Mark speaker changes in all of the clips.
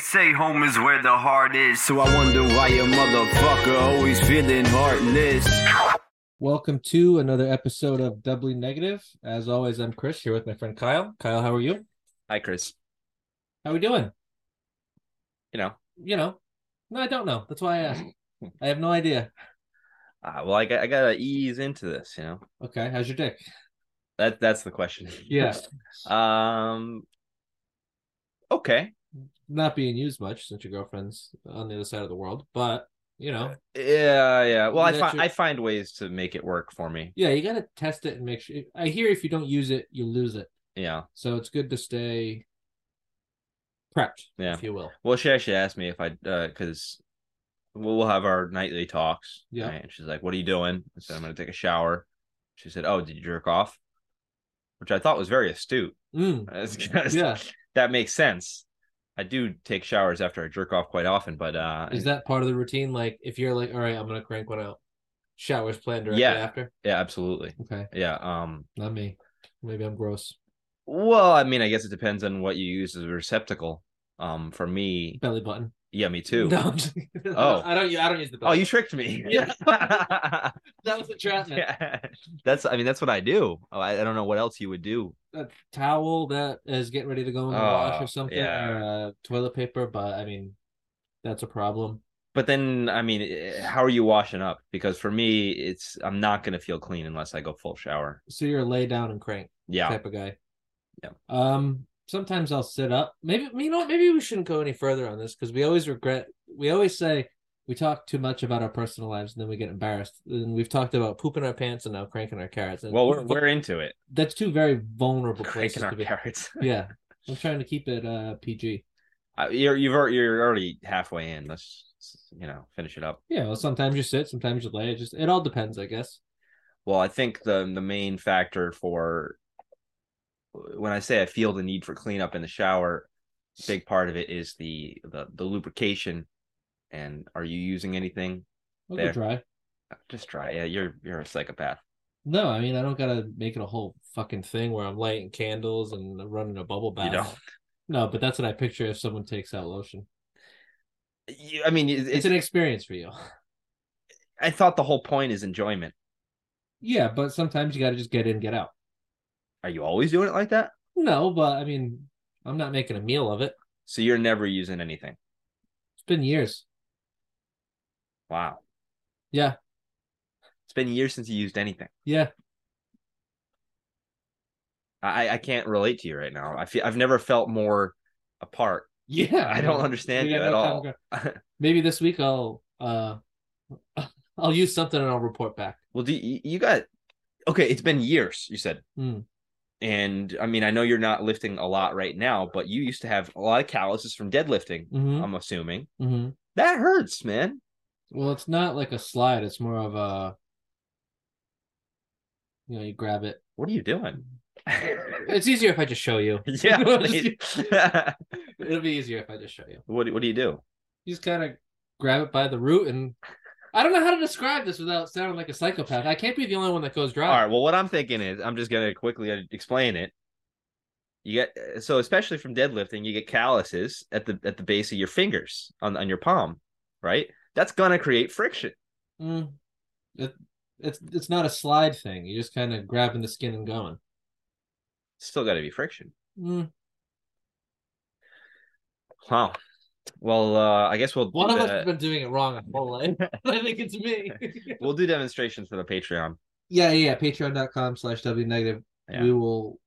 Speaker 1: say home is where the heart is, so I wonder why a motherfucker always feeling heartless.
Speaker 2: Welcome to another episode of Doubly Negative. As always, I'm Chris here with my friend Kyle. Kyle, how are you?
Speaker 3: Hi, Chris.
Speaker 2: How are we doing?
Speaker 3: You know,
Speaker 2: You know, no, I don't know. That's why I asked. I have no idea.
Speaker 3: uh, well, I got I gotta ease into this. You know,
Speaker 2: Okay, how's your dick?
Speaker 3: that that's the question.
Speaker 2: Yeah,
Speaker 3: um. Okay.
Speaker 2: not being used much since your girlfriend's on the other side of the world, but you know,
Speaker 3: Yeah, yeah. Well, I
Speaker 2: That's
Speaker 3: find
Speaker 2: your-
Speaker 3: I find ways to make it work for me.
Speaker 2: yeah, you gotta test it and make sure. I hear if you don't use it, you lose it.
Speaker 3: Yeah,
Speaker 2: So it's good to stay prepped,
Speaker 3: yeah.
Speaker 2: if you will.
Speaker 3: Well, she actually asked me if I, because we'll, we'll have our nightly talks.
Speaker 2: Yeah.
Speaker 3: right? And she's like, "What are you doing?" I said, "I'm gonna take a shower." She said, "Oh, did you jerk off?" Which I thought was very astute.
Speaker 2: Mm, yeah,
Speaker 3: yeah. That makes sense. I do take showers after I jerk off quite often, but uh,
Speaker 2: is that part of the routine? Like, if you're like, all right, I'm gonna crank one out. Showers planned directly
Speaker 3: Yeah.
Speaker 2: after.
Speaker 3: Yeah, absolutely.
Speaker 2: Okay,
Speaker 3: Yeah. Um.
Speaker 2: not me. Maybe I'm gross.
Speaker 3: Well, I mean, I guess it depends on what you use as a receptacle. Um. For me,
Speaker 2: Belly button.
Speaker 3: yeah, me too.
Speaker 2: No, I'm just- I don't-
Speaker 3: Oh.
Speaker 2: I don't. I don't use the. Belly.
Speaker 3: Oh, you tricked me.
Speaker 2: Yeah.
Speaker 3: Yeah.
Speaker 2: That was entrapment.
Speaker 3: That's. I mean, that's what I do. Oh, I, I don't know what else you would do.
Speaker 2: A towel that is getting ready to go in the wash
Speaker 3: Oh,
Speaker 2: or something,
Speaker 3: yeah.
Speaker 2: or uh, toilet paper. But I mean, that's a problem.
Speaker 3: But then, I mean, eh, how are you washing up? Because for me, it's I'm not gonna feel clean unless I go full shower.
Speaker 2: So you're a lay down and crank
Speaker 3: Yeah.
Speaker 2: type of guy.
Speaker 3: Yeah.
Speaker 2: Um. Sometimes I'll sit up. Maybe you know. what? Maybe we shouldn't go any further on this because we always regret. We always say we talk too much about our personal lives and then we get embarrassed. And we've talked about pooping our pants and now cranking our carrots. And
Speaker 3: Well, we're we're into it.
Speaker 2: that's two very vulnerable places
Speaker 3: Cranking our
Speaker 2: to be.
Speaker 3: carrots.
Speaker 2: Yeah. I'm trying to keep it uh PG.
Speaker 3: Uh, You're you've al- you're already halfway in. Let's you know finish it up.
Speaker 2: Yeah, well, sometimes you sit, sometimes you lay. It just it all depends, I guess.
Speaker 3: Well, I think the the main factor for when I say I feel the need for cleanup in the shower, big part of it is the the, the lubrication. And are you using anything?
Speaker 2: I'll go
Speaker 3: There.
Speaker 2: dry.
Speaker 3: Just try. Yeah, you're you're a psychopath.
Speaker 2: No, I mean I don't gotta make it a whole fucking thing where I'm lighting candles and running a bubble bath.
Speaker 3: You don't.
Speaker 2: No, but that's what I picture if someone takes out lotion.
Speaker 3: You- I mean, it,
Speaker 2: It's,
Speaker 3: it's.
Speaker 2: an experience for you.
Speaker 3: I thought the whole point is enjoyment.
Speaker 2: Yeah, but sometimes you gotta just get in, get out.
Speaker 3: Are you always doing it like that?
Speaker 2: No, but I mean I'm not making a meal of it.
Speaker 3: So you're never using anything.
Speaker 2: It's been years.
Speaker 3: Wow.
Speaker 2: Yeah,
Speaker 3: It's been years since you used anything.
Speaker 2: yeah.
Speaker 3: I I can't relate to you right now. I feel I've never felt more apart.
Speaker 2: Yeah.
Speaker 3: I don't understand
Speaker 2: We
Speaker 3: you
Speaker 2: got
Speaker 3: at
Speaker 2: no
Speaker 3: all.
Speaker 2: common ground. Maybe this week I'll uh I'll use something and I'll report back.
Speaker 3: Well, do you, you got okay? It's been years, you said,
Speaker 2: Hmm.
Speaker 3: and I mean, I know you're not lifting a lot right now, but you used to have a lot of calluses from deadlifting.
Speaker 2: hmm
Speaker 3: I'm assuming
Speaker 2: hmm
Speaker 3: that hurts, man.
Speaker 2: Well, it's not like a slide. It's more of a, you know, you grab it.
Speaker 3: What are you doing?
Speaker 2: It's easier if I just show you.
Speaker 3: yeah.
Speaker 2: Just-
Speaker 3: please.
Speaker 2: It'll be easier if I just show you.
Speaker 3: what What do you do?
Speaker 2: You just kind of grab it by the root, and I don't know how to describe this without sounding like a psychopath. I can't be the only one that goes
Speaker 3: All
Speaker 2: dry.
Speaker 3: right. Well, what I'm thinking is, I'm just gonna quickly uh, explain it. You get uh, so especially from deadlifting, you get calluses at the at the base of your fingers on on your palm, right? That's gonna create friction.
Speaker 2: Mm. It, it's it's not a slide thing. You're just kind of grabbing the skin and going.
Speaker 3: Still got to be friction.
Speaker 2: Mm.
Speaker 3: Wow. Well, uh, I guess we'll
Speaker 2: One of us
Speaker 3: uh,
Speaker 2: has been doing it wrong our whole life. I think it's me.
Speaker 3: we'll do demonstrations for the Patreon.
Speaker 2: yeah, yeah. yeah. Patreon.com slash W negative.
Speaker 3: Yeah.
Speaker 2: We will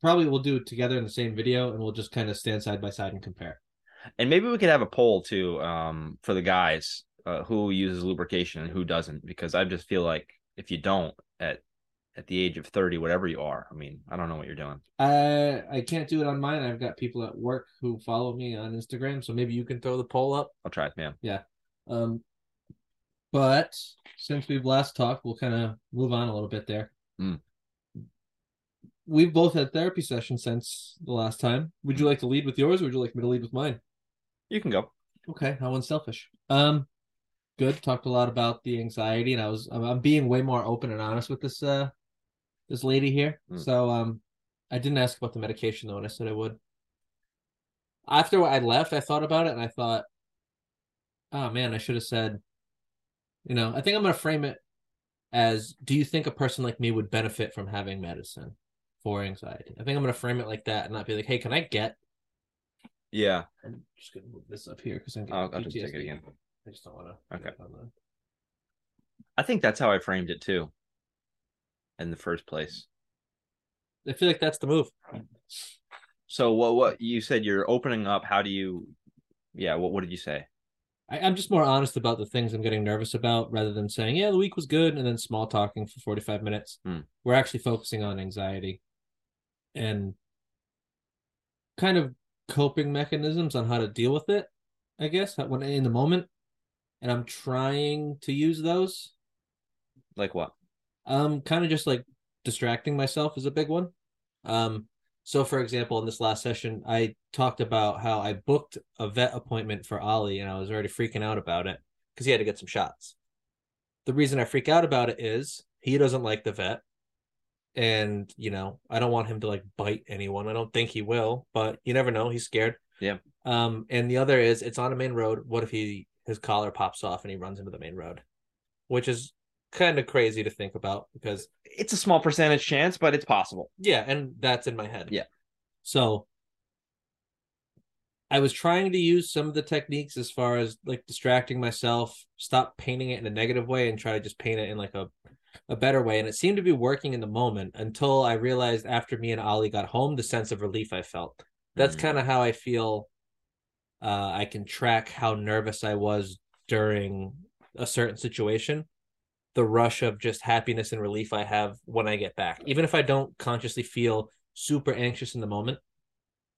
Speaker 2: probably we'll do it together in the same video and we'll just kind of stand side by side and compare.
Speaker 3: And maybe we could have a poll too um, for the guys uh, who uses lubrication and who doesn't, because I just feel like if you don't at at the age of thirty, whatever you are, I mean, I don't know what you're doing.
Speaker 2: I I can't do it on mine. I've got people at work who follow me on Instagram, so maybe you can throw the poll up.
Speaker 3: I'll try it, man.
Speaker 2: Um but since we've last talked, we'll kind of move on a little bit there.
Speaker 3: Mm.
Speaker 2: We've both had therapy sessions since the last time. Would
Speaker 3: Mm.
Speaker 2: you like to lead with yours or would you like me to lead with mine?
Speaker 3: You can go.
Speaker 2: Okay, how unselfish. Um, good. Talked a lot about the anxiety, and I was I'm- I'm being way more open and honest with this uh this lady here.
Speaker 3: Mm.
Speaker 2: So um, I didn't ask about the medication though, and I said I would. after I left, I thought about it and I thought, oh man, I should have said, you know, I think I'm going to frame it as do you think a person like me would benefit from having medicine for anxiety? I think I'm going to frame it like that and not be like, hey, can I get.
Speaker 3: Yeah.
Speaker 2: I'm just going to move this up here because I'm
Speaker 3: Oh, I'll,
Speaker 2: getting
Speaker 3: I'll just take
Speaker 2: PTSD.
Speaker 3: it again.
Speaker 2: I just don't want to.
Speaker 3: Okay. I think that's how I framed it too. In the first place.
Speaker 2: I feel like that's the move.
Speaker 3: So what what you said you're opening up, how do you yeah, what what did you say?
Speaker 2: I, I'm just more honest about the things I'm getting nervous about rather than saying, yeah, the week was good and then small talking for 45 minutes.
Speaker 3: Hmm.
Speaker 2: We're actually focusing on anxiety and kind of coping mechanisms on how to deal with it, I guess, that when in the moment. And I'm trying to use those.
Speaker 3: Like what?
Speaker 2: Um, kind of just like distracting myself is a big one. Um, so for example, in this last session, I talked about how I booked a vet appointment for Ollie and I was already freaking out about it because he had to get some shots. The reason I freak out about it is he doesn't like the vet. And, you know, I don't want him to like bite anyone. I don't think he will, but you never know. He's scared.
Speaker 3: Yeah.
Speaker 2: Um, and the other is it's on a main road. What if he his collar pops off and he runs into the main road? Which is kind of crazy to think about because
Speaker 3: It's a small percentage chance, but it's possible.
Speaker 2: yeah, and that's in my head.
Speaker 3: Yeah.
Speaker 2: So I was trying to use some of the techniques as far as like distracting myself, stop painting it in a negative way and try to just paint it in like a a better way and it seemed to be working in the moment until I realized after me and Ollie got home the sense of relief I felt. That's
Speaker 3: Mm.
Speaker 2: kind of how I feel uh I can track how nervous I was during a certain situation the rush of just happiness and relief I have when I get back, even if I don't consciously feel super anxious in the moment.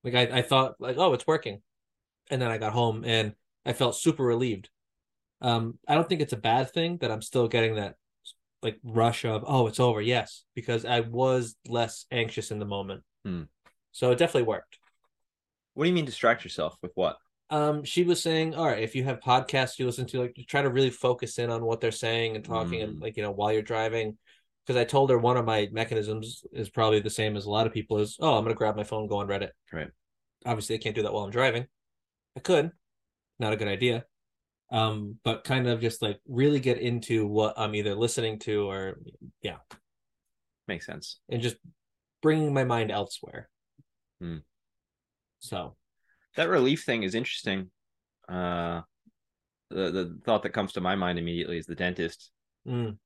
Speaker 2: Like I, I thought like, oh, it's working. And then I got home and I felt super relieved. Um, I don't think it's a bad thing that I'm still getting that like rush of, oh, it's over. Yes. Because I was less anxious in the moment.
Speaker 3: Hmm.
Speaker 2: So it definitely worked.
Speaker 3: What do you mean distract yourself with what?
Speaker 2: Um, she was saying, all right, if you have podcasts you listen to, like try to really focus in on what they're saying and talking, and
Speaker 3: Mm.
Speaker 2: like you know while you're driving. Because I told her one of my mechanisms is probably the same as a lot of people is, oh, I'm gonna grab my phone, go on Reddit.
Speaker 3: Right.
Speaker 2: Obviously, I can't do that while I'm driving. I could, not a good idea. Um, but kind of just like really get into what I'm either listening to or
Speaker 3: Makes sense.
Speaker 2: and just bringing my mind elsewhere.
Speaker 3: Mm.
Speaker 2: So
Speaker 3: That relief thing is interesting. Uh the, the thought that comes to my mind immediately is the dentist.
Speaker 2: mm,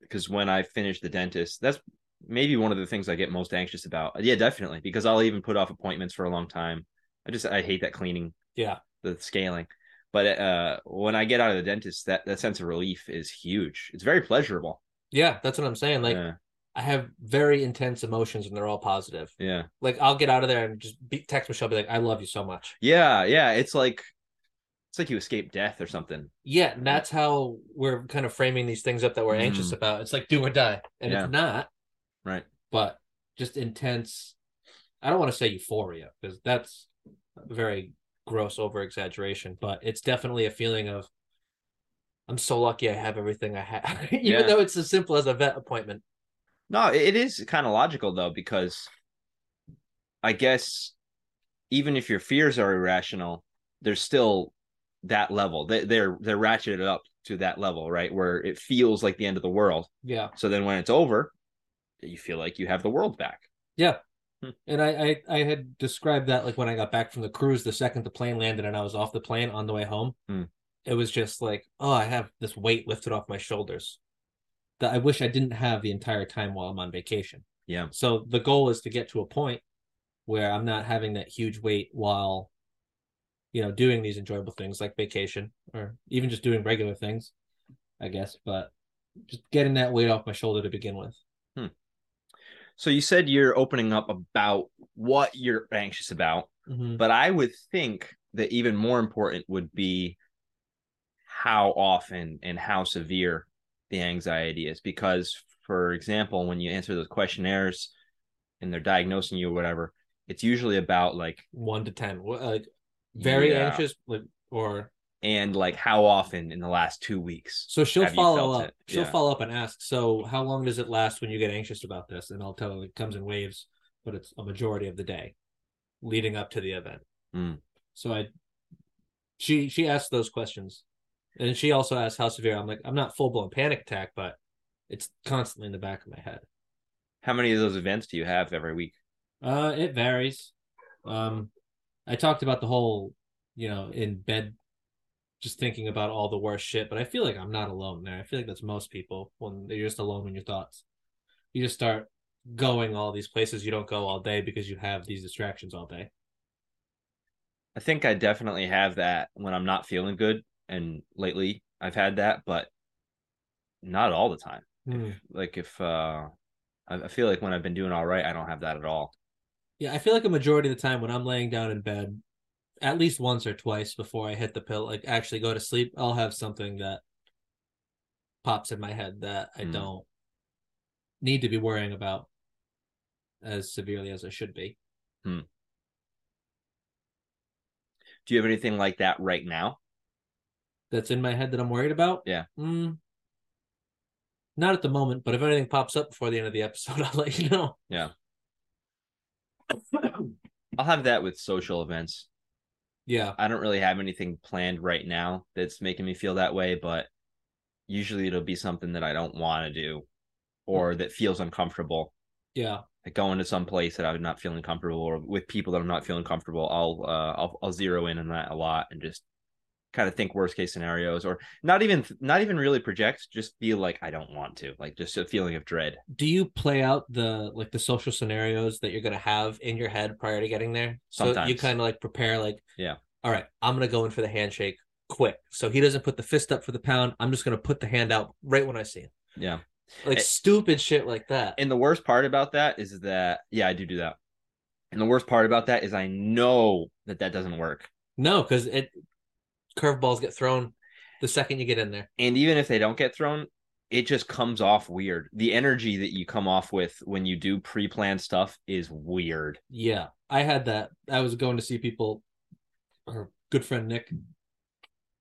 Speaker 3: because when I finish the dentist, that's maybe one of the things I get most anxious about. Yeah, definitely, because I'll even put off appointments for a long time. I just I hate that cleaning.
Speaker 2: Yeah.
Speaker 3: the scaling. But uh, when I get out of the dentist, that that sense of relief is huge. It's very pleasurable.
Speaker 2: yeah, that's what I'm saying. Like
Speaker 3: yeah,
Speaker 2: I have very intense emotions and they're all positive.
Speaker 3: yeah,
Speaker 2: Like I'll get out of there and just be, text Michelle, be like, "I love you so much."
Speaker 3: yeah, yeah. It's like it's like you escape death or something.
Speaker 2: Yeah, and that's how we're kind of framing these things up that we're anxious
Speaker 3: Mm.
Speaker 2: about. It's like do or die, and
Speaker 3: Yeah.
Speaker 2: it's not,
Speaker 3: Right.
Speaker 2: but just intense. I don't want to say euphoria because that's a very gross over exaggeration, but it's definitely a feeling of I'm so lucky I have everything I have, even
Speaker 3: Yeah.
Speaker 2: though it's as simple as a vet appointment.
Speaker 3: No, it it is kind of logical though, because I guess even if your fears are irrational, there's still that level. They, they're they're ratcheted up to that level, right? Where it feels like the end of the world.
Speaker 2: Yeah,
Speaker 3: So then when it's over, you feel like you have the world back.
Speaker 2: And I, I I had described that like when I got back from the cruise, the second the plane landed and I was off the plane on the way home,
Speaker 3: Hmm.
Speaker 2: it was just like, oh, I have this weight lifted off my shoulders that I wish I didn't have the entire time while I'm on vacation.
Speaker 3: Yeah.
Speaker 2: So the goal is to get to a point where I'm not having that huge weight while, you know, doing these enjoyable things like vacation or even just doing regular things, I guess. But just getting that weight off my shoulder to begin with.
Speaker 3: So you said you're opening up about what you're anxious about,
Speaker 2: Mhm.
Speaker 3: but I would think that even more important would be how often and how severe the anxiety is because for example when you answer those questionnaires and they're diagnosing you or whatever it's usually about like
Speaker 2: One to ten, Wh- like very
Speaker 3: yeah,
Speaker 2: anxious, like or
Speaker 3: and like how often in the last two weeks
Speaker 2: So she'll
Speaker 3: Have you
Speaker 2: follow
Speaker 3: felt
Speaker 2: up.
Speaker 3: it?
Speaker 2: She'll
Speaker 3: Yeah.
Speaker 2: follow up and ask, "So, how long does it last when you get anxious about this?" And I'll tell her it comes in waves, but it's a majority of the day leading up to the event.
Speaker 3: Mm.
Speaker 2: So I, she she asked those questions, and she also asked how severe. I'm like, I'm not full blown panic attack, but it's constantly in the back of my head.
Speaker 3: How many of those events do you have every week?
Speaker 2: Uh, it varies. Um, I talked about the whole, you know, in bed, just thinking about all the worst shit. But I feel like I'm not alone there. I feel like that's most people when you're just alone in your thoughts. You just start going all these places you don't go all day because you have these distractions all day.
Speaker 3: I think I definitely have that when I'm not feeling good. And lately I've had that, but not all the time. Like if uh I I feel like when I've been doing all right, I don't have that at all.
Speaker 2: Yeah, I feel like a majority of the time when I'm laying down in bed, at least once or twice before I hit the pill, like actually go to sleep, I'll have something that pops in my head that I
Speaker 3: Mm.
Speaker 2: don't need to be worrying about as severely as I should be.
Speaker 3: Do you have anything like that right now?
Speaker 2: That's in my head that I'm worried about.
Speaker 3: Yeah.
Speaker 2: Mm. Not at the moment, but if anything pops up before the end of the episode, I'll let you know.
Speaker 3: I'll have that with social events.
Speaker 2: Yeah.
Speaker 3: I don't really have anything planned right now that's making me feel that way, but usually it'll be something that I don't want to do or that feels uncomfortable.
Speaker 2: Yeah.
Speaker 3: Like going to some place that I'm not feeling comfortable or with people that I'm not feeling comfortable, I'll uh, I'll, I'll zero in on that a lot and just kind of think worst case scenarios or not even not even really project, just be like I don't want to, like just a feeling of dread.
Speaker 2: Do you play out the like the social scenarios that you're gonna have in your head prior to getting there? So you
Speaker 3: Sometimes.
Speaker 2: kind of like prepare like
Speaker 3: Yeah.
Speaker 2: All right, I'm gonna go in for the handshake quick. So he doesn't put the fist up for the pound. I'm just gonna put the hand out right when I see him.
Speaker 3: Yeah.
Speaker 2: Like
Speaker 3: Eh.
Speaker 2: stupid shit like that.
Speaker 3: and the worst part about that is that yeah i do do that and the worst part about that is i know that that doesn't work
Speaker 2: no, because it curveballs get thrown the second you get in there.
Speaker 3: and even if they don't get thrown it just comes off weird the energy that you come off with when you do pre-planned stuff is weird
Speaker 2: Yeah, I had that. I was going to see people. Our good friend Nick,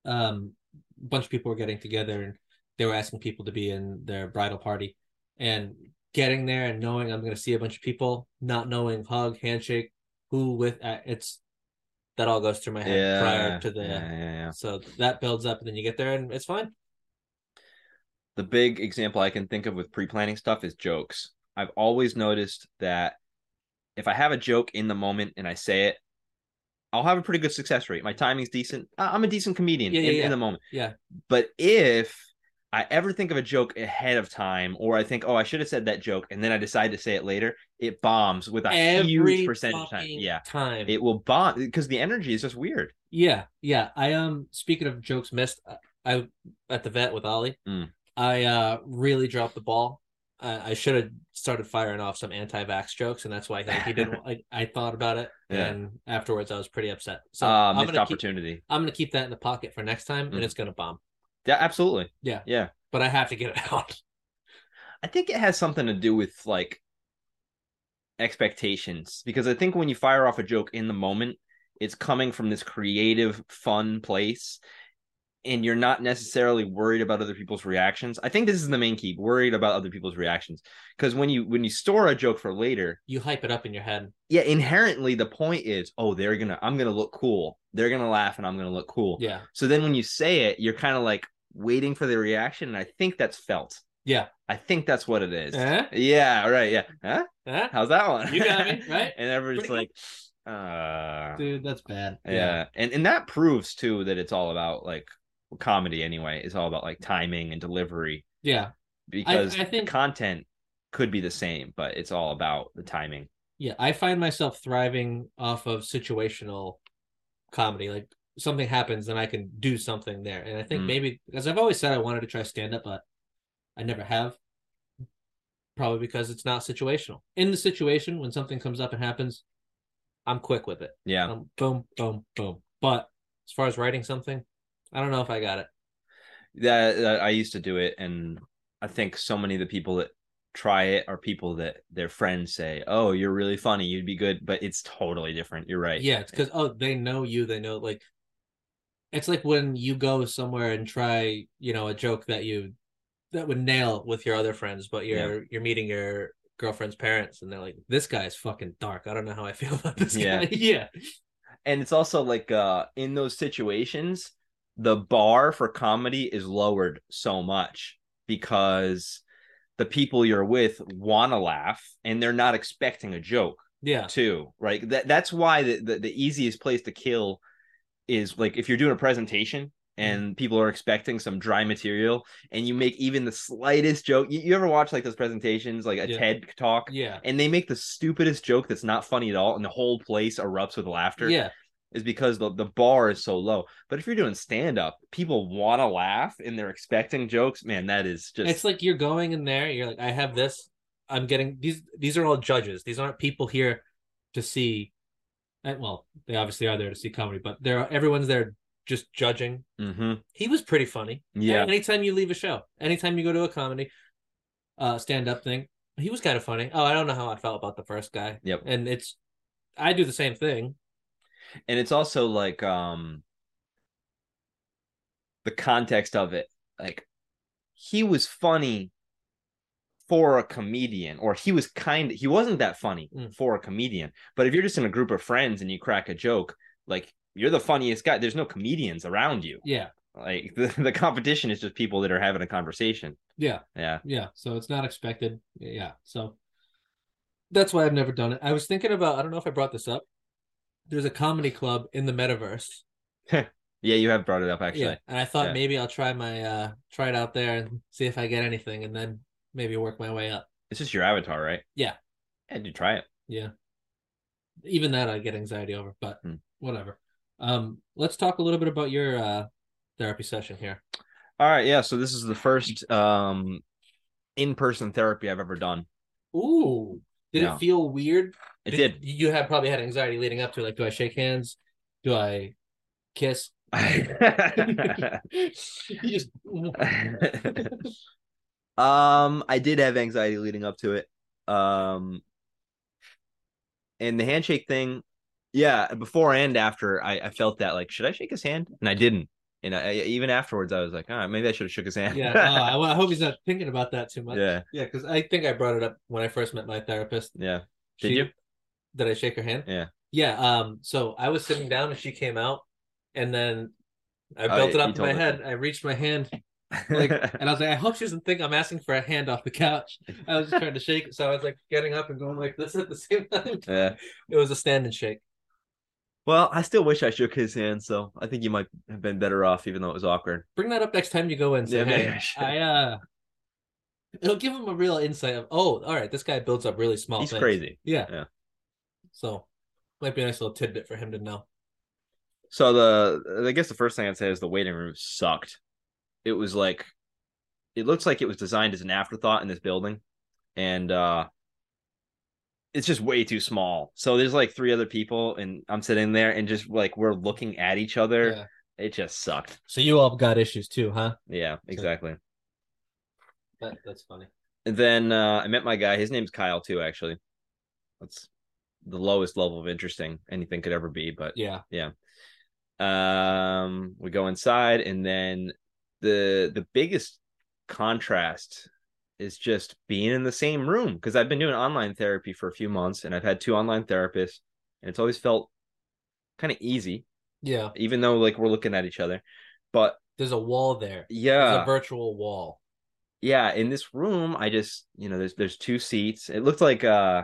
Speaker 2: um, a bunch of people were getting together, and they were asking people to be in their bridal party. And getting there and knowing I'm going to see a bunch of people, not knowing hug, handshake, who with uh, it's that all goes through my head prior to the.
Speaker 3: yeah, yeah, yeah.
Speaker 2: So that builds up, and then you get there, and it's fine.
Speaker 3: the big example i can think of with pre-planning stuff is jokes i've always noticed that if i have a joke in the moment and i say it i'll have a pretty good success rate my timing's decent I- i'm a decent comedian
Speaker 2: Yeah, yeah,
Speaker 3: in,
Speaker 2: yeah.
Speaker 3: in the moment
Speaker 2: Yeah.
Speaker 3: But if I ever think of a joke ahead of time, or I think, oh, I should have said that joke, and then I decide to say it later, it bombs with a huge percentage of time.
Speaker 2: fucking
Speaker 3: Yeah.
Speaker 2: time.
Speaker 3: It will bomb because the energy is just weird.
Speaker 2: Yeah, yeah. I um speaking of jokes missed, I, I at the vet with Ollie.
Speaker 3: Mm.
Speaker 2: I uh really dropped the ball. I, I should have started firing off some anti-vax jokes, and that's why like, he didn't. I, I thought about it,
Speaker 3: Yeah.
Speaker 2: and afterwards I was pretty upset. So
Speaker 3: uh,
Speaker 2: I'm
Speaker 3: missed
Speaker 2: gonna keep,
Speaker 3: opportunity.
Speaker 2: I'm gonna keep that in the pocket for next time,
Speaker 3: Mm.
Speaker 2: and it's gonna bomb.
Speaker 3: Yeah, absolutely.
Speaker 2: Yeah,
Speaker 3: Yeah.
Speaker 2: but I have to get it out.
Speaker 3: I think it has something to do with like expectations because I think when you fire off a joke in the moment, it's coming from this creative, fun place, and you're not necessarily worried about other people's reactions. I think this is the main key: worried about other people's reactions. Because when you when you store a joke for later,
Speaker 2: You hype it up in your head.
Speaker 3: yeah, inherently the point is, oh, they're gonna, I'm gonna look cool. They're gonna laugh, and I'm gonna look cool.
Speaker 2: Yeah,
Speaker 3: So then when you say it, you're kind of like waiting for the reaction, and I think that's felt.
Speaker 2: Yeah.
Speaker 3: I think that's what it is.
Speaker 2: Eh?
Speaker 3: Yeah, right. Yeah. Huh?
Speaker 2: Huh?
Speaker 3: How's that one?
Speaker 2: You got me, right?
Speaker 3: and everyone's
Speaker 2: Pretty
Speaker 3: like, uh,
Speaker 2: dude, that's bad.
Speaker 3: yeah. And and that proves too that it's all about like comedy anyway. It's all about like timing and delivery
Speaker 2: yeah,
Speaker 3: because
Speaker 2: I think-
Speaker 3: the content could be the same, but it's all about the timing.
Speaker 2: yeah. I find myself thriving off of situational comedy. Like something happens and I can do something there. And I think
Speaker 3: Mm.
Speaker 2: maybe because I've always said I wanted to try stand up, but I never have. Probably because it's not situational. In the situation, when something comes up and happens, I'm quick with it.
Speaker 3: Yeah.
Speaker 2: Um, boom, boom, boom. But as far as writing something, I don't know if I got it.
Speaker 3: that, that I used to do it, and I think so many of the people that try it are people that their friends say, "Oh, you're really funny, you'd be good," but it's totally different. You're right.
Speaker 2: Yeah, it's because oh, they know you. They know like it's like when you go somewhere and try, you know, a joke that you that would nail with your other friends, but you're you're meeting your girlfriend's parents, and they're like, "This guy's fucking dark. I don't know how I feel about this
Speaker 3: Yeah.
Speaker 2: guy." yeah,
Speaker 3: and it's also like uh in those situations the bar for comedy is lowered so much because the people you're with want to laugh and they're not expecting a joke
Speaker 2: Yeah.
Speaker 3: too right that that's why the, the the easiest place to kill is like if you're doing a presentation
Speaker 2: Mm-hmm.
Speaker 3: and people are expecting some dry material and you make even the slightest joke you, you ever watch like those presentations like a
Speaker 2: Yeah.
Speaker 3: ted talk
Speaker 2: Yeah.
Speaker 3: and they make the stupidest joke that's not funny at all and the whole place erupts with laughter
Speaker 2: Yeah.
Speaker 3: is because the, the bar is so low but if you're doing stand up people want to laugh and they're expecting jokes man that is just
Speaker 2: It's like you're going in there, you're like, I have this, I'm getting these these are all judges. These aren't people here to see and well, they obviously are there to see comedy, but there are everyone's there just judging.
Speaker 3: hmm
Speaker 2: He was pretty funny.
Speaker 3: yeah
Speaker 2: Anytime you leave a show, anytime you go to a comedy uh stand up thing, he was kind of funny. Oh, I don't know how I felt about the first guy.
Speaker 3: yep
Speaker 2: And it's I do the same thing.
Speaker 3: and it's also like um the context of it like he was funny for a comedian or he was kind he wasn't that funny
Speaker 2: Mm.
Speaker 3: for a comedian but if you're just in a group of friends and you crack a joke like you're the funniest guy there's no comedians around you
Speaker 2: Yeah.
Speaker 3: like the, the competition is just people that are having a conversation
Speaker 2: Yeah.
Speaker 3: yeah
Speaker 2: Yeah, so it's not expected. Yeah, so that's why I've never done it. I was thinking about, I don't know if I brought this up. There's a comedy club in the metaverse.
Speaker 3: yeah you have brought it up actually
Speaker 2: Yeah, and I thought
Speaker 3: yeah.
Speaker 2: maybe I'll try my uh try it out there and see if I get anything and then maybe work my way up.
Speaker 3: it's just your avatar right
Speaker 2: Yeah.
Speaker 3: and you try it
Speaker 2: Even that I get anxiety over, but
Speaker 3: Hmm.
Speaker 2: whatever. Um let's talk a little bit about your uh therapy session here.
Speaker 3: all right yeah so this is the first um in-person therapy i've ever done
Speaker 2: Ooh, did
Speaker 3: Yeah.
Speaker 2: it feel weird
Speaker 3: It did.
Speaker 2: You have probably had anxiety leading up to like, do I shake hands? Do I kiss? you just
Speaker 3: um, I did have anxiety leading up to it. Um, and the handshake thing, yeah, before and after, I, I felt that like, should I shake his hand? And I didn't. And I, I- even afterwards, I was like, ah, maybe I should have shook his hand.
Speaker 2: yeah. Oh, I, I hope he's not thinking about that too much.
Speaker 3: yeah,
Speaker 2: Yeah, because I think I brought it up when I first met my therapist.
Speaker 3: yeah. Did you?
Speaker 2: Did I shake her hand?
Speaker 3: Yeah.
Speaker 2: Yeah. Um. So I was sitting down and she came out, and then I
Speaker 3: Oh,
Speaker 2: built
Speaker 3: yeah,
Speaker 2: it
Speaker 3: you
Speaker 2: up in
Speaker 3: told
Speaker 2: my
Speaker 3: us.
Speaker 2: head. I reached my hand, Like, and I was like, I hope she doesn't think I'm asking for a hand off the couch. I was just trying to shake it, so I was like getting up and going like this at the same time.
Speaker 3: yeah.
Speaker 2: It was a stand and shake.
Speaker 3: Well, I still wish I shook his hand, so I think you might have been better off, even though it was awkward.
Speaker 2: bring that up next time you go in. Say,
Speaker 3: Yeah, maybe I
Speaker 2: hey,
Speaker 3: should.
Speaker 2: I uh, it'll give him a real insight of, oh, all right, this guy builds up really small.
Speaker 3: He's
Speaker 2: things.
Speaker 3: crazy.
Speaker 2: Yeah.
Speaker 3: Yeah.
Speaker 2: So might be a nice little tidbit for him to know.
Speaker 3: So the I guess the first thing I'd say is the waiting room sucked. It was like it looks like it was designed as an afterthought in this building. And uh it's just way too small. So there's like three other people and I'm sitting there and just like we're looking at each other.
Speaker 2: Yeah.
Speaker 3: It just sucked.
Speaker 2: So you all got issues too, huh?
Speaker 3: Yeah, exactly.
Speaker 2: That, that's funny.
Speaker 3: And then uh I met my guy, his name's Kyle too, actually. That's the lowest level of interesting anything could ever be, but
Speaker 2: Yeah.
Speaker 3: um we go inside and then the the biggest contrast is just being in the same room because i've been doing online therapy for a few months and i've had two online therapists and it's always felt kind of easy
Speaker 2: Yeah.
Speaker 3: even though like we're looking at each other but
Speaker 2: There's a wall there. It's
Speaker 3: yeah
Speaker 2: a virtual wall.
Speaker 3: yeah in this room i just you know there's there's two seats it looked like uh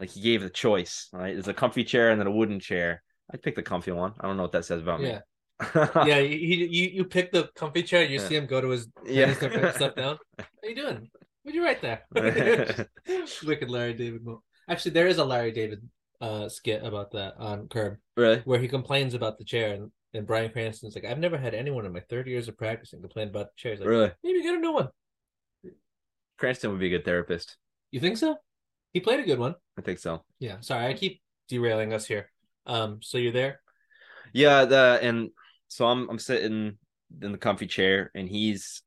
Speaker 3: like he gave the choice right there's a comfy chair and then a wooden chair i picked the comfy one i don't know what that says about me
Speaker 2: Yeah. Yeah. You, you you- you pick the comfy chair. You
Speaker 3: Yeah.
Speaker 2: see him go to his
Speaker 3: Yeah.
Speaker 2: yeah. stuff down. What are you doing? What are you right there? Wicked Larry David. mo- Actually, there is a Larry David uh skit about that on Curb.
Speaker 3: Really?
Speaker 2: where he complains about the chair and, and Brian Cranston's like, I've never had anyone in my 30 years of practicing complain about the chair. He's like,
Speaker 3: really?
Speaker 2: maybe get a new one.
Speaker 3: Cranston would be a good therapist.
Speaker 2: You think so? He played a good one.
Speaker 3: I think so.
Speaker 2: Yeah. Sorry,
Speaker 3: Hmm.
Speaker 2: I keep derailing us here. Um, so you're there?
Speaker 3: Yeah, the and so I'm I'm sitting in the comfy chair and he's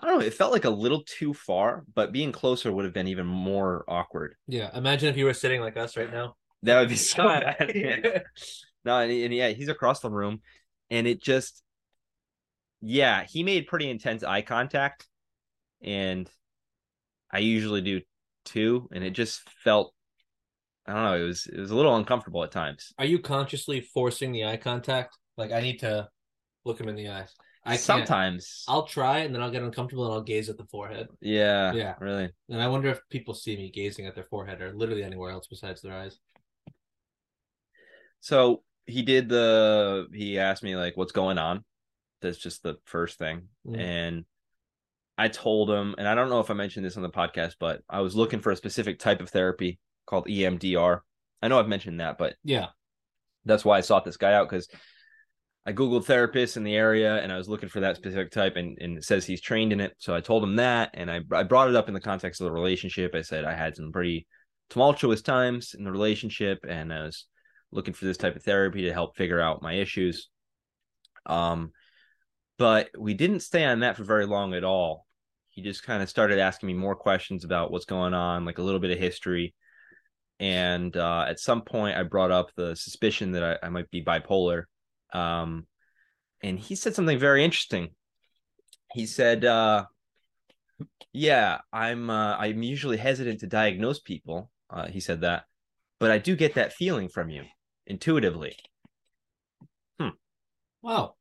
Speaker 3: I don't know, it felt like a little too far, but being closer would have been even more awkward.
Speaker 2: Yeah. Imagine if you were sitting like us right now.
Speaker 3: That would be so
Speaker 2: God.
Speaker 3: bad. No, and, and yeah, he's across the room and it just yeah, he made pretty intense eye contact and I usually do too and it just felt I don't know. It was it was a little uncomfortable at times.
Speaker 2: Are you consciously forcing the eye contact? Like I need to look him in the eyes. I can't.
Speaker 3: sometimes.
Speaker 2: I'll try and then I'll get uncomfortable and I'll gaze at the forehead.
Speaker 3: Yeah.
Speaker 2: Yeah.
Speaker 3: Really.
Speaker 2: And I wonder if people see me gazing at their forehead or literally anywhere else besides their eyes.
Speaker 3: So he did the he asked me like what's going on. That's just the first thing.
Speaker 2: Mm.
Speaker 3: And I told him, and I don't know if I mentioned this on the podcast, but I was looking for a specific type of therapy called E EMDR. I know I've mentioned that, but
Speaker 2: Yeah.
Speaker 3: that's why I sought this guy out because I Googled therapists in the area and I was looking for that specific type and, and it says he's trained in it. So I told him that and I, I brought it up in the context of the relationship. I said I had some pretty tumultuous times in the relationship and I was looking for this type of therapy to help figure out my issues. Um, but we didn't stay on that for very long at all. He just kind of started asking me more questions about what's going on, like a little bit of history. And uh, at some point, I brought up the suspicion that I, I might be bipolar. Um, and he said something very interesting. He said, uh, "Yeah, I'm. Uh, I'm usually hesitant to diagnose people." Uh, he said that, but I do get that feeling from you intuitively.
Speaker 2: Wow.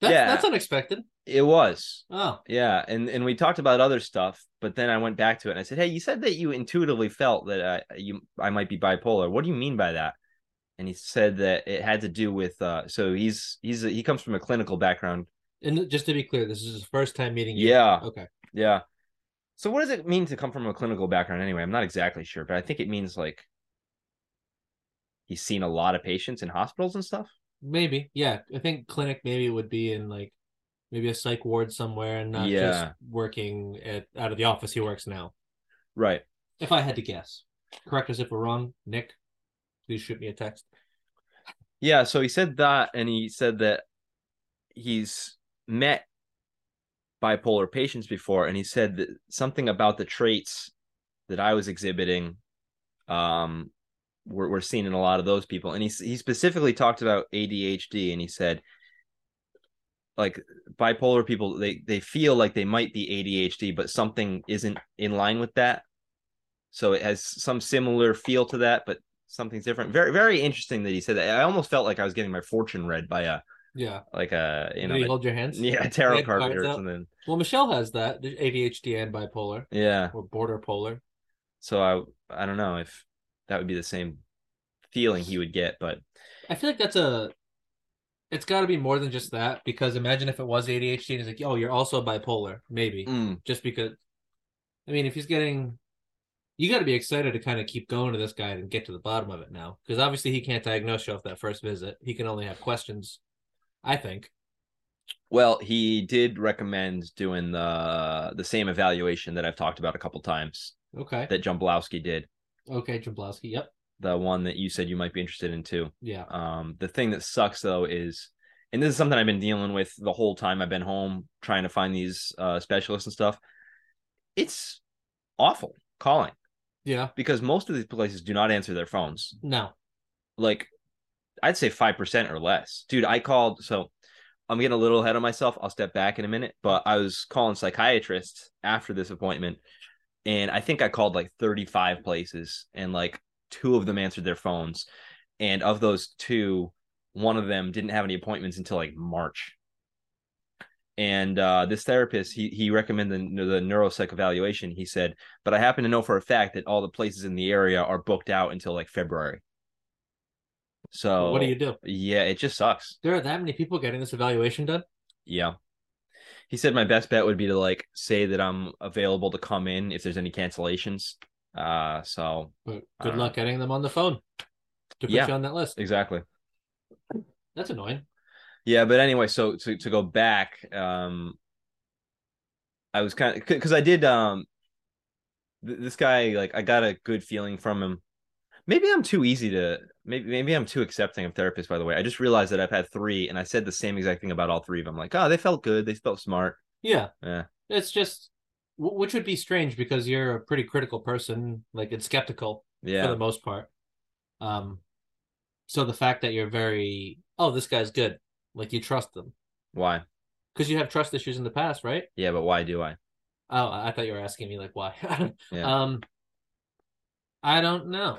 Speaker 2: That's,
Speaker 3: Yeah.
Speaker 2: that's unexpected.
Speaker 3: It was
Speaker 2: Oh,
Speaker 3: Yeah, and and we talked about other stuff, but then I went back to it and I said, "Hey, you said that you intuitively felt that I you I might be bipolar. What do you mean by that?" And he said that it had to do with uh so he's he's he comes from a clinical background.
Speaker 2: and just to be clear, this is his first time meeting you.
Speaker 3: Yeah.
Speaker 2: Okay.
Speaker 3: Yeah. So what does it mean to come from a clinical background anyway? I'm not exactly sure, but I think it means like he's seen a lot of patients in hospitals and stuff.
Speaker 2: Maybe. Yeah. I think clinic maybe would be in like maybe a psych ward somewhere and not just
Speaker 3: Yeah.
Speaker 2: working at out of the office he works now.
Speaker 3: Right.
Speaker 2: If I had to guess. Correct us if we're wrong. Nick, please shoot me a text.
Speaker 3: Yeah, so he said that, and he said that he's met bipolar patients before, and he said that something about the traits that I was exhibiting um, were, were seen in a lot of those people. And he, s- he specifically talked about ADHD, and he said, like bipolar people, they, they feel like they might be ADHD, but something isn't in line with that. So it has some similar feel to that, but something's different. Very, very interesting that he said that. I almost felt like I was getting my fortune read by a
Speaker 2: Yeah.
Speaker 3: like a you
Speaker 2: You
Speaker 3: know
Speaker 2: you
Speaker 3: a-
Speaker 2: hold your hands?
Speaker 3: yeah a
Speaker 2: They
Speaker 3: tarot
Speaker 2: had
Speaker 3: card
Speaker 2: cards
Speaker 3: or
Speaker 2: out.
Speaker 3: something.
Speaker 2: Well, Michelle has that the ADHD and bipolar
Speaker 3: Yeah.
Speaker 2: or border polar.
Speaker 3: So I I don't know if that would be the same feeling he would get, but
Speaker 2: I feel like that's a. It's got to be more than just that because imagine if it was ADHD and it's like, oh, you're also bipolar, maybe
Speaker 3: hmm.
Speaker 2: just because. I mean, if he's getting, you got to be excited to kind of keep going to this guy and get to the bottom of it now because obviously he can't diagnose you off that first visit. He can only have questions. I think.
Speaker 3: well, he did recommend doing the the same evaluation that I've talked about a couple times
Speaker 2: Okay.
Speaker 3: that Jumblowski did,
Speaker 2: Okay, Jablowski. Yep.
Speaker 3: the one that you said you might be interested in too.
Speaker 2: Yeah.
Speaker 3: Um, the thing that sucks though is, and this is something I've been dealing with the whole time I've been home trying to find these uh, specialists and stuff. It's awful calling
Speaker 2: Yeah.
Speaker 3: because most of these places do not answer their phones.
Speaker 2: No.
Speaker 3: Like, I'd say five percent or less, dude. I called so. I'm getting a little ahead of myself. I'll step back in a minute, but I was calling psychiatrists after this appointment, and I think I called like 35 places, and like two of them answered their phones, and of those two, one of them didn't have any appointments until like March. And uh, this therapist, he he recommended the, the neuropsych evaluation. He said, but I happen to know for a fact that all the places in the area are booked out until like February. So
Speaker 2: What do you do?
Speaker 3: yeah, it just sucks.
Speaker 2: There are that many people getting this evaluation done.
Speaker 3: Yeah. He said my best bet would be to like say that I'm available to come in if there's any cancellations. Uh so
Speaker 2: But
Speaker 3: I
Speaker 2: good
Speaker 3: don't
Speaker 2: luck getting them on the phone to put
Speaker 3: Uh. Yeah.
Speaker 2: you on that list.
Speaker 3: exactly.
Speaker 2: That's annoying.
Speaker 3: Yeah, but anyway, so to to go back, um I was kind of cuz I did um th- this guy like I got a good feeling from him. Maybe I'm too easy to maybe maybe I'm too accepting of therapists by the way. I just realized that I've had 3 and I said the same exact thing about all 3 of them. Like, "Oh, they felt good. They felt smart."
Speaker 2: Yeah.
Speaker 3: Yeah.
Speaker 2: It's just, wh- which would be strange because you're a pretty critical person, like, and skeptical for
Speaker 3: Yeah.
Speaker 2: the most part. Um, so the fact that you're very, oh, this guy's good, like you trust them
Speaker 3: Why?
Speaker 2: because you have trust issues in the past, right?
Speaker 3: Yeah, but why do I?
Speaker 2: Oh, Um, I I thought you were asking me like why.
Speaker 3: Yeah.
Speaker 2: Um, I don't know.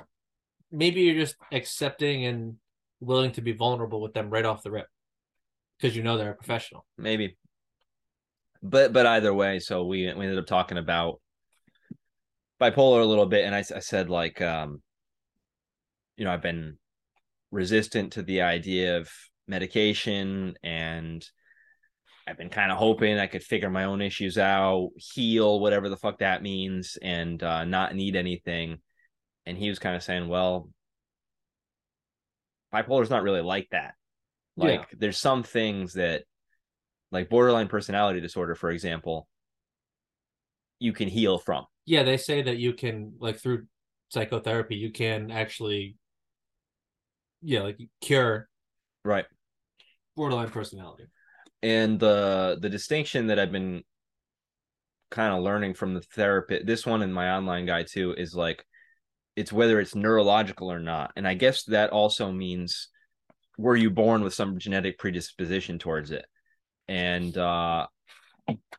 Speaker 2: maybe you're just accepting and willing to be vulnerable with them right off the rip because you know they're a professional.
Speaker 3: maybe. But but either way, so we we ended up talking about bipolar a little bit, and I, s- I said like, um, you know, I've been resistant to the idea of medication, and I've been kind of hoping I could figure my own issues out, heal whatever the fuck that means, and uh, not need anything. And he was kind of saying, well, bipolar is not really like that.
Speaker 2: Yeah.
Speaker 3: Like, there's some things that like borderline personality disorder, for example, you can heal from.
Speaker 2: Yeah, they say that you can like through psychotherapy you can actually yeah, like cure
Speaker 3: Right.
Speaker 2: borderline personality.
Speaker 3: And the the distinction that I've been kind of learning from the therapist, this one and my online guy too, is like it's whether it's neurological or not. And I guess that also means were you born with some genetic predisposition towards it? And uh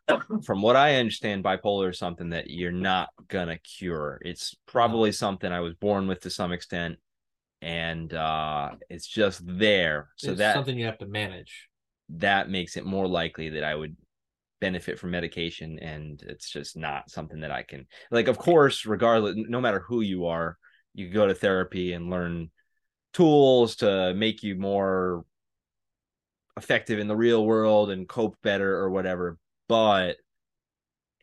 Speaker 3: from what I understand, bipolar is something that you're not gonna cure. It's probably something I was born with to some extent, and uh it's just there. So
Speaker 2: it's
Speaker 3: that
Speaker 2: something you have to manage.
Speaker 3: that makes it more likely that I would benefit from medication and it's just not something that I can like of course regardless no matter who you are you can go to therapy and learn tools to make you more effective in the real world and cope better or whatever but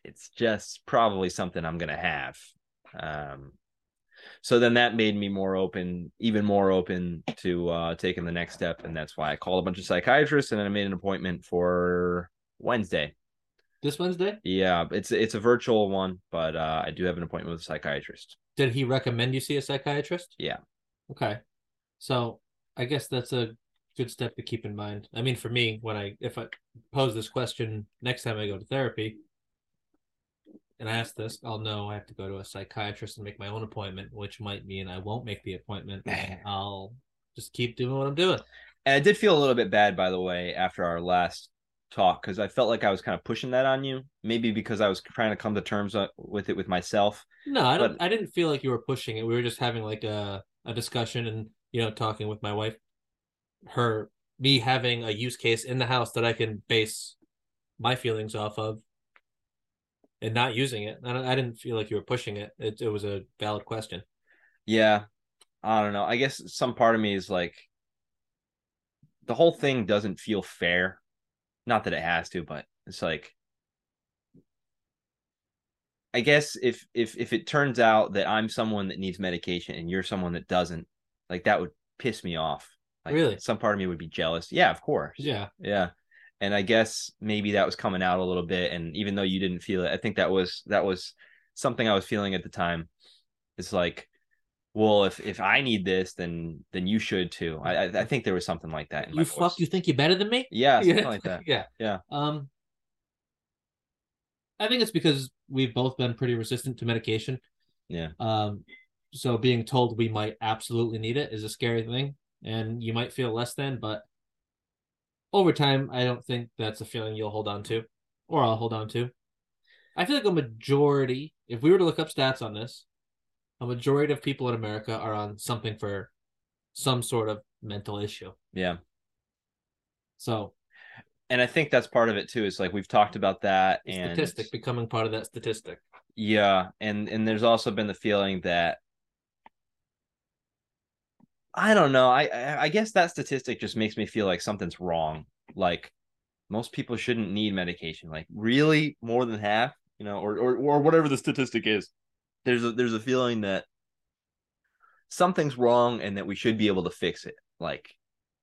Speaker 3: it's just probably something I'm going to have um so then that made me more open even more open to uh taking the next step and that's why i called a bunch of psychiatrists and then i made an appointment for wednesday
Speaker 2: This Wednesday?
Speaker 3: yeah it's it's a virtual one but uh i do have an appointment with a psychiatrist
Speaker 2: Did he recommend you see a psychiatrist?
Speaker 3: Yeah.
Speaker 2: Okay. So I guess that's a good step to keep in mind. I mean, for me, when I if I pose this question next time I go to therapy and I ask this, I'll know I have to go to a psychiatrist and make my own appointment, which might mean I won't make the appointment and I'll just keep doing what I'm doing.
Speaker 3: and i did feel a little bit bad by the way after our last talk because i felt like i was kind of pushing that on you maybe because i was trying to come to terms uh, with it with myself
Speaker 2: No, I don't
Speaker 3: But-
Speaker 2: I didn't feel like you were pushing it. We were just having like a, a discussion and you know, talking with my wife. Her me having a use case in the house that I can base my feelings off of and not using it. I, don't, I didn't feel like you were pushing it. It it was a valid question.
Speaker 3: Yeah. I don't know. I guess some part of me is like the whole thing doesn't feel fair. Not that it has to, but it's like I guess if if if it turns out that I'm someone that needs medication and you're someone that doesn't, like that would piss me off. Like
Speaker 2: Really?
Speaker 3: some part of me would be jealous. Yeah, of course.
Speaker 2: Yeah.
Speaker 3: Yeah. And I guess maybe that was coming out a little bit. And even though you didn't feel it, I think that was that was something I was feeling at the time. It's like, well, if if I need this, then then you should too. I I, I think there was something like that. In my
Speaker 2: You fuck
Speaker 3: voice.
Speaker 2: you think you're better than me?
Speaker 3: Yeah, something
Speaker 2: Yeah.
Speaker 3: like that.
Speaker 2: Yeah.
Speaker 3: Yeah.
Speaker 2: Um I think it's because we've both been pretty resistant to medication.
Speaker 3: Yeah.
Speaker 2: Um so being told we might absolutely need it is a scary thing and you might feel less than but over time I don't think that's a feeling you'll hold on to or I'll hold on to. I feel like a majority if we were to look up stats on this, a majority of people in America are on something for some sort of mental issue.
Speaker 3: Yeah.
Speaker 2: So
Speaker 3: And I think that's part of it too. Is like we've talked about that and
Speaker 2: statistic becoming part of that statistic.
Speaker 3: Yeah, and and there's also been the feeling that I don't know. I I I guess that statistic just makes me feel like something's wrong. Like most people shouldn't need medication. Like really, more than half, you know, or or or whatever the statistic is. There's a there's a feeling that something's wrong and that we should be able to fix it. Like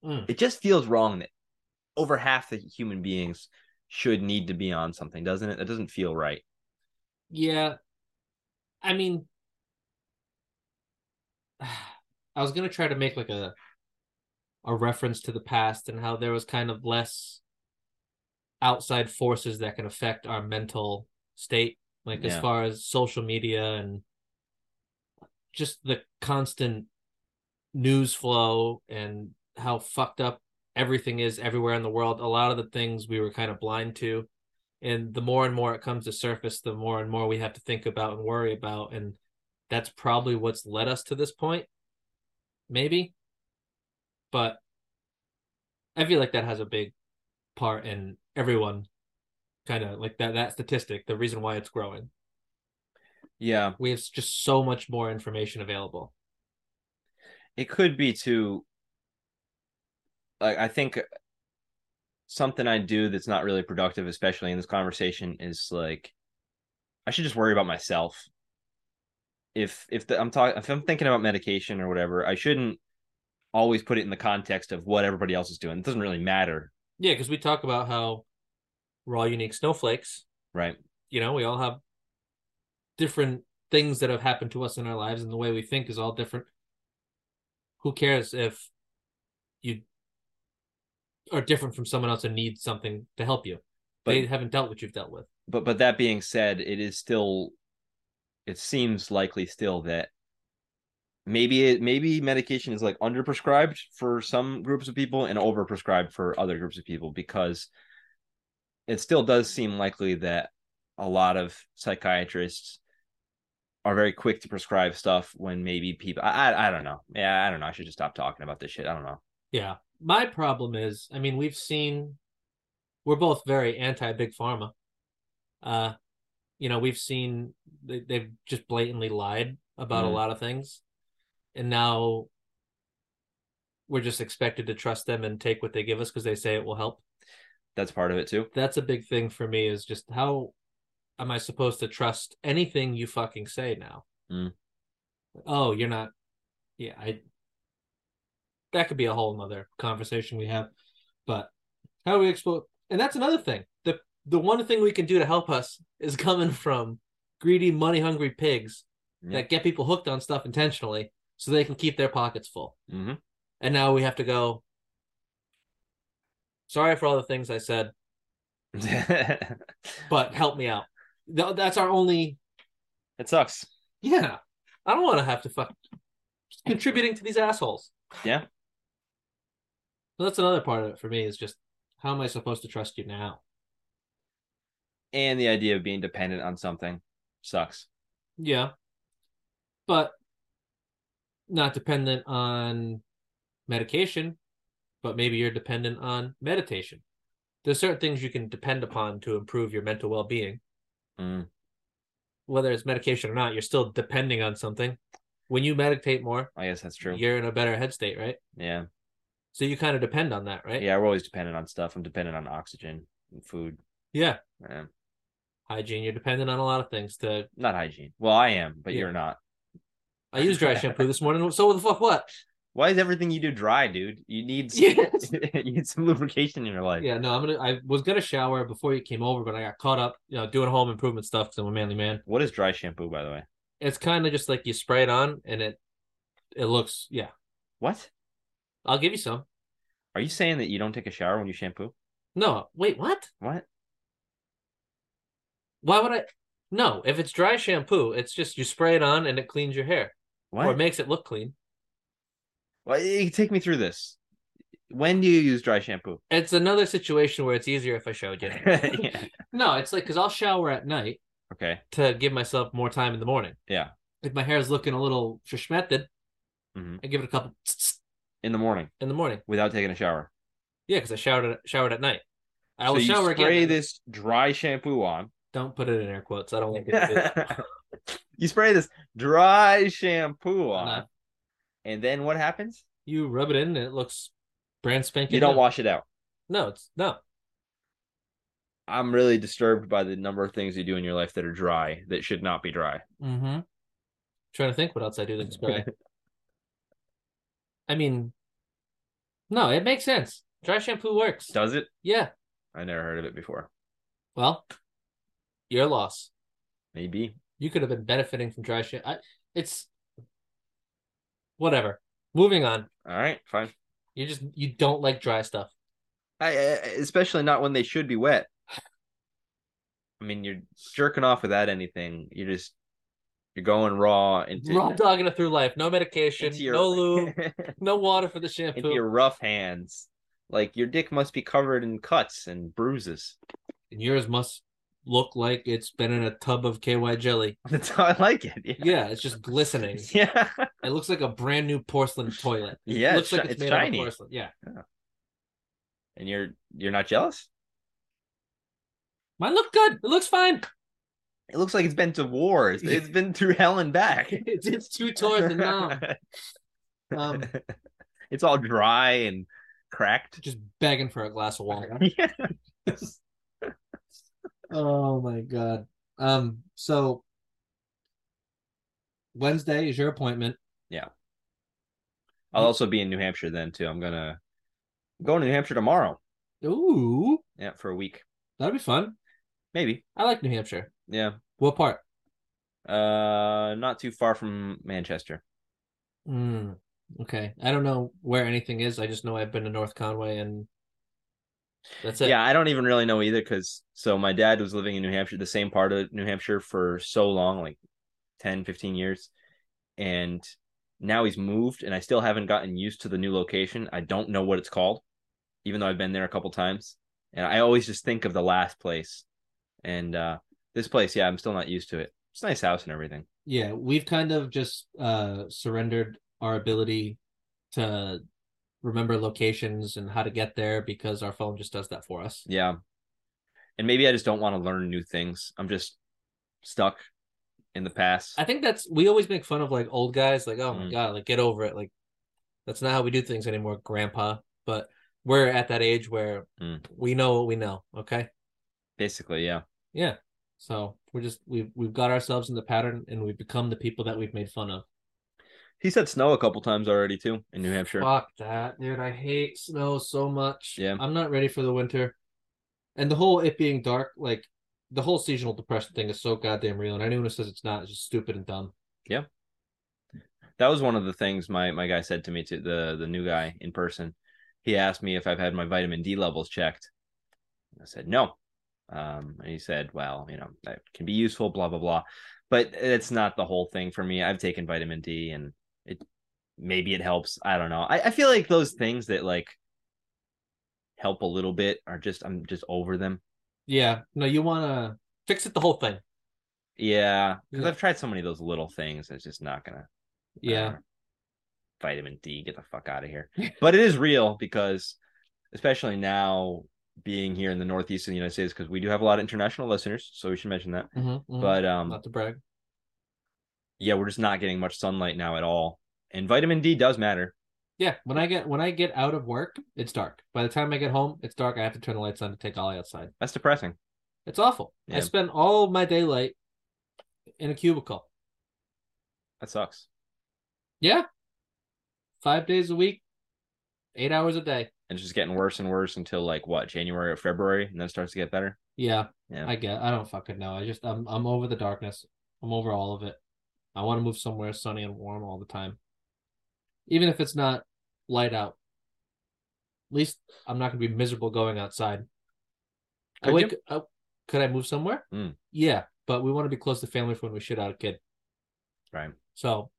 Speaker 2: Mm.
Speaker 3: it just feels wrong that over half the human beings should need to be on something, doesn't it? That doesn't feel right.
Speaker 2: Yeah. I mean, I was going to try to make like a a reference to the past and how there was kind of less outside forces that can affect our mental state like as
Speaker 3: Yeah.
Speaker 2: far as social media and just the constant news flow and how fucked up everything is everywhere in the world a lot of the things we were kind of blind to and the more and more it comes to surface the more and more we have to think about and worry about and that's probably what's led us to this point maybe. But I feel like that has a big part in everyone kind of like that that statistic, the reason why it's growing.
Speaker 3: Yeah,
Speaker 2: We have just so much more information available.
Speaker 3: it could be too. Like I think something I do that's not really productive, especially in this conversation, is like I should just worry about myself. If if the, I'm talking if I'm thinking about medication or whatever, I shouldn't always put it in the context of what everybody else is doing. It doesn't really matter,
Speaker 2: Yeah, because we talk about how we're all unique snowflakes.
Speaker 3: right?
Speaker 2: You know, we all have different things that have happened to us in our lives, and the way we think is all different. Who cares if you are different from someone else and need something to help you?
Speaker 3: But
Speaker 2: they haven't dealt what you've dealt with.
Speaker 3: but but that being said, it is still it seems likely still that maybe it maybe medication is like underprescribed for some groups of people and overprescribed for other groups of people because it still does seem likely that a lot of psychiatrists are very quick to prescribe stuff when maybe people I I, I don't know. Yeah, I don't know. I should just stop talking about this shit. I don't know.
Speaker 2: Yeah. My problem is, I mean, we've seen we're both very anti big pharma. Uh you know, we've seen they, they've just blatantly lied about a
Speaker 3: Mhm.
Speaker 2: lot of things. And now we're just expected to trust them and take what they give us because they say it will help.
Speaker 3: That's part of it too.
Speaker 2: That's a big thing for me is just how am I supposed to trust anything you fucking say now?
Speaker 3: Mm.
Speaker 2: Oh, you're not. Yeah, I. That could be a whole nother conversation we have, but how do we expose? And that's another thing. the The one thing we can do to help us is coming from greedy, money hungry pigs
Speaker 3: Yeah.
Speaker 2: that get people hooked on stuff intentionally, so they can keep their pockets full
Speaker 3: hmm
Speaker 2: and now we have to go sorry for all the things i said but help me out Th- that's our only
Speaker 3: it sucks.
Speaker 2: yeah i don't want to have to fuck contributing to these assholes
Speaker 3: Yeah.
Speaker 2: so that's another part of it for me is just how am i supposed to trust you now
Speaker 3: and the idea of being dependent on something sucks.
Speaker 2: yeah but not dependent on medication but maybe you're dependent on meditation there's certain things you can depend upon to improve your mental well-being
Speaker 3: Mm.
Speaker 2: whether it's medication or not, you're still depending on something. When you meditate more,
Speaker 3: I guess that's true. Yeah.
Speaker 2: you're in a better head state, right?
Speaker 3: yeah,
Speaker 2: So you kind of depend on that, right?
Speaker 3: We're always dependent on stuff. I'm dependent on oxygen and food.
Speaker 2: Yeah.
Speaker 3: Yeah.
Speaker 2: Hygiene, you're dependent on a lot of things. To
Speaker 3: Not hygiene. Well, I am, but
Speaker 2: Yeah.
Speaker 3: you're not.
Speaker 2: I used dry shampoo this morning. So the fuck what?
Speaker 3: Why is everything you do dry, dude? You need some,
Speaker 2: Yes.
Speaker 3: you need some lubrication in your life.
Speaker 2: Yeah, no, I'm gonna. I was gonna shower before you came over, but I got caught up, you know, doing home improvement stuff because I'm a manly man.
Speaker 3: What is dry shampoo, by the way?
Speaker 2: It's kind of just like you spray it on and it, it looks. Yeah,
Speaker 3: What?
Speaker 2: I'll give you some.
Speaker 3: Are you saying that you don't take a shower when you shampoo?
Speaker 2: No, wait, what?
Speaker 3: What?
Speaker 2: Why would I? No, if it's dry shampoo, it's just you spray it on and it cleans your hair or
Speaker 3: What?
Speaker 2: makes it look clean.
Speaker 3: Why- you take me through this. When do you use dry shampoo?
Speaker 2: It's another situation where it's easier if I showed you.
Speaker 3: yeah.
Speaker 2: No, it's like because I'll shower at night
Speaker 3: Okay.
Speaker 2: to give myself more time in the morning.
Speaker 3: Yeah.
Speaker 2: If my hair's looking a little schmected,
Speaker 3: Mhm.
Speaker 2: I give it a couple
Speaker 3: In the morning
Speaker 2: in the morning.
Speaker 3: without taking a shower.
Speaker 2: Yeah, because I showered at, showered at night. I
Speaker 3: so
Speaker 2: will
Speaker 3: you
Speaker 2: shower
Speaker 3: spray
Speaker 2: again.
Speaker 3: this dry shampoo on.
Speaker 2: Don't put it in air quotes. I don't want people to do that.
Speaker 3: you spray this dry shampoo
Speaker 2: Why
Speaker 3: on,
Speaker 2: not?
Speaker 3: and then what happens?
Speaker 2: You rub it in and it looks brand spanking.
Speaker 3: You don't
Speaker 2: new.
Speaker 3: wash it out.
Speaker 2: No, it's no.
Speaker 3: I'm really disturbed by the number of things you do in your life that are dry that should not be dry.
Speaker 2: Mm-hmm. Trying to think what else I do that's dry. I mean, no, it makes sense. Dry shampoo works.
Speaker 3: Does it?
Speaker 2: Yeah.
Speaker 3: I never heard of it before.
Speaker 2: Well, your loss.
Speaker 3: Maybe.
Speaker 2: You could have been benefiting from dry shit. I, it's whatever. Moving on.
Speaker 3: All right, fine.
Speaker 2: You just you don't like dry stuff.
Speaker 3: I, I especially not when they should be wet. I mean, you're jerking off without anything. You're just you're going raw into
Speaker 2: Raw dogging it through life. No medication.
Speaker 3: into your
Speaker 2: No lube. no water for the shampoo.
Speaker 3: into your rough hands. Like your dick must be covered in cuts and bruises.
Speaker 2: And yours must look like it's been in a tub of KY jelly.
Speaker 3: That's how I like it. Yeah.
Speaker 2: Yeah, it's just glistening.
Speaker 3: Yeah.
Speaker 2: It looks like a brand new porcelain toilet.
Speaker 3: Yeah.
Speaker 2: it looks
Speaker 3: it's,
Speaker 2: like
Speaker 3: shi-
Speaker 2: it's,
Speaker 3: it's
Speaker 2: made out
Speaker 3: shiny.
Speaker 2: of porcelain. Yeah.
Speaker 3: and you're you're not jealous?
Speaker 2: Mine look good. It looks fine.
Speaker 3: It looks like it's been to wars. It's been through hell and back.
Speaker 2: it's, it's two tours and now um,
Speaker 3: it's all dry and cracked.
Speaker 2: just begging for a glass of water.
Speaker 3: Yeah.
Speaker 2: Oh my god. Um. So Wednesday is your appointment.
Speaker 3: I'll also be in New Hampshire then too. I'm gonna I'm going to New Hampshire tomorrow.
Speaker 2: Ooh,
Speaker 3: Yeah, for a week.
Speaker 2: that'll be fun.
Speaker 3: Maybe.
Speaker 2: I like New Hampshire.
Speaker 3: Yeah.
Speaker 2: What part?
Speaker 3: Uh not too far from Manchester.
Speaker 2: Mm, okay. I don't know where anything is. I just know I've been to North Conway and that's it.
Speaker 3: yeah, I don't even really know either because so my dad was living in New Hampshire, the same part of New Hampshire for so long, like 10, 15 years. And now he's moved and I still haven't gotten used to the new location. I don't know what it's called, even though I've been there a couple times. And I always just think of the last place. And uh this place, yeah, I'm still not used to it. It's a nice house and everything.
Speaker 2: Yeah, we've kind of just uh surrendered our ability to remember locations and how to get there because our phone just does that for us.
Speaker 3: Yeah. And maybe I just don't want to learn new things. I'm just stuck in the past.
Speaker 2: I think that's we always make fun of like old guys, like, oh my
Speaker 3: Mm.
Speaker 2: god, like get over it. Like that's not how we do things anymore, grandpa. But we're at that age where
Speaker 3: Mm.
Speaker 2: we know what we know, okay?
Speaker 3: Basically, yeah.
Speaker 2: Yeah. So we're just we've we've got ourselves in the pattern and we've become the people that we've made fun of.
Speaker 3: He said snow a couple times already too in New Hampshire.
Speaker 2: Fuck that, dude. I hate snow so much.
Speaker 3: Yeah.
Speaker 2: I'm not ready for the winter. And the whole it being dark, like the whole seasonal depression thing is so goddamn real. And anyone who says it's not is just stupid and dumb.
Speaker 3: that was one of the things my my guy said to me to the the new guy in person he asked me if i've had my vitamin d levels checked i said no um and he said well you know that can be useful blah blah blah but it's not the whole thing for me i've taken vitamin d and it maybe it helps i don't know i, I feel like those things that like help a little bit are just i'm just over them
Speaker 2: Yeah. No, you wanna fix it the whole thing.
Speaker 3: yeah because
Speaker 2: Yeah.
Speaker 3: i've tried so many of those little things it's just not gonna
Speaker 2: Yeah.
Speaker 3: Uh, vitamin D, get the fuck out of here. But it is real because, especially now being here in the Northeast of the United States, because we do have a lot of international listeners, so we should mention that.
Speaker 2: Mhm, mhm.
Speaker 3: But um,
Speaker 2: not to brag.
Speaker 3: yeah, we're just not getting much sunlight now at all, and vitamin D does matter.
Speaker 2: Yeah, when I get when I get out of work, it's dark. By the time I get home, it's dark. I have to turn the lights on to take Ollie outside.
Speaker 3: That's depressing.
Speaker 2: It's awful.
Speaker 3: Yeah.
Speaker 2: I spend all of my daylight in a cubicle.
Speaker 3: That sucks.
Speaker 2: Yeah. Five days a week, eight hours a day.
Speaker 3: And it's just getting worse and worse until like what January or February, and then it starts to get better.
Speaker 2: Yeah.
Speaker 3: Yeah.
Speaker 2: I get I don't fucking know. I just I'm I'm over the darkness. I'm over all of it. I want to move somewhere sunny and warm all the time. Even if it's not light out. At least I'm not gonna be miserable going outside. I
Speaker 3: Could
Speaker 2: wake up could I move somewhere?
Speaker 3: Mm.
Speaker 2: Yeah, but we want to be close to family for when we shit out a kid.
Speaker 3: Right.
Speaker 2: So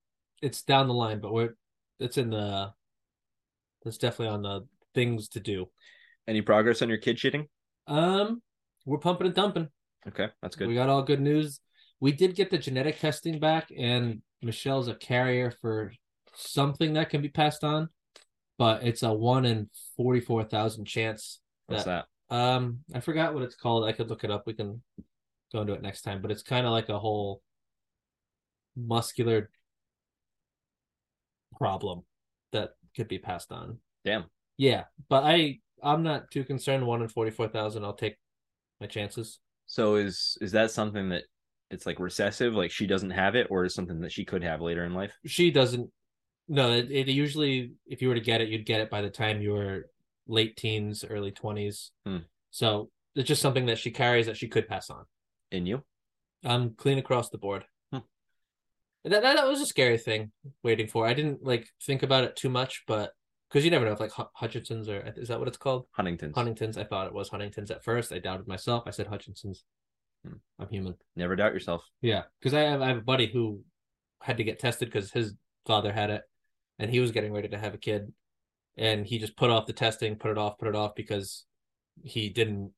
Speaker 2: it's down the line, but we're it's in the it's definitely on the things to do.
Speaker 3: Any progress on your kid shitting?
Speaker 2: Um we're pumping and dumping.
Speaker 3: Okay, that's good.
Speaker 2: We got all good news. We did get the genetic testing back, and Michelle's a carrier for something that can be passed on, but it's a one in forty-four thousand chance.
Speaker 3: What's that?
Speaker 2: Um, I forgot what it's called. I could look it up. We can go into it next time. But it's kind of like a whole muscular problem that could be passed on.
Speaker 3: Damn.
Speaker 2: Yeah, but I I'm not too concerned. One in forty-four thousand. I'll take my chances.
Speaker 3: So is is that something that it's like recessive, like she doesn't have it, or is something that she could have later in life?
Speaker 2: she doesn't no it, it usually if you were to get it you'd get it by the time you were late teens early 20s
Speaker 3: Hmm.
Speaker 2: so it's just something that she carries that she could pass on
Speaker 3: In you?
Speaker 2: i'm clean across the board
Speaker 3: Hmm.
Speaker 2: that, that, that was a scary thing waiting for i didn't like think about it too much but because you never know if like Hu- hutchinson's or is that what it's called
Speaker 3: Huntington's.
Speaker 2: huntington's i thought it was huntington's at first i doubted myself i said hutchinson's
Speaker 3: Hmm.
Speaker 2: i'm human
Speaker 3: Never doubt yourself.
Speaker 2: yeah, because I have I have a buddy who had to get tested because his father had it, and he was getting ready to have a kid, and he just put off the testing, put it off, put it off because he didn't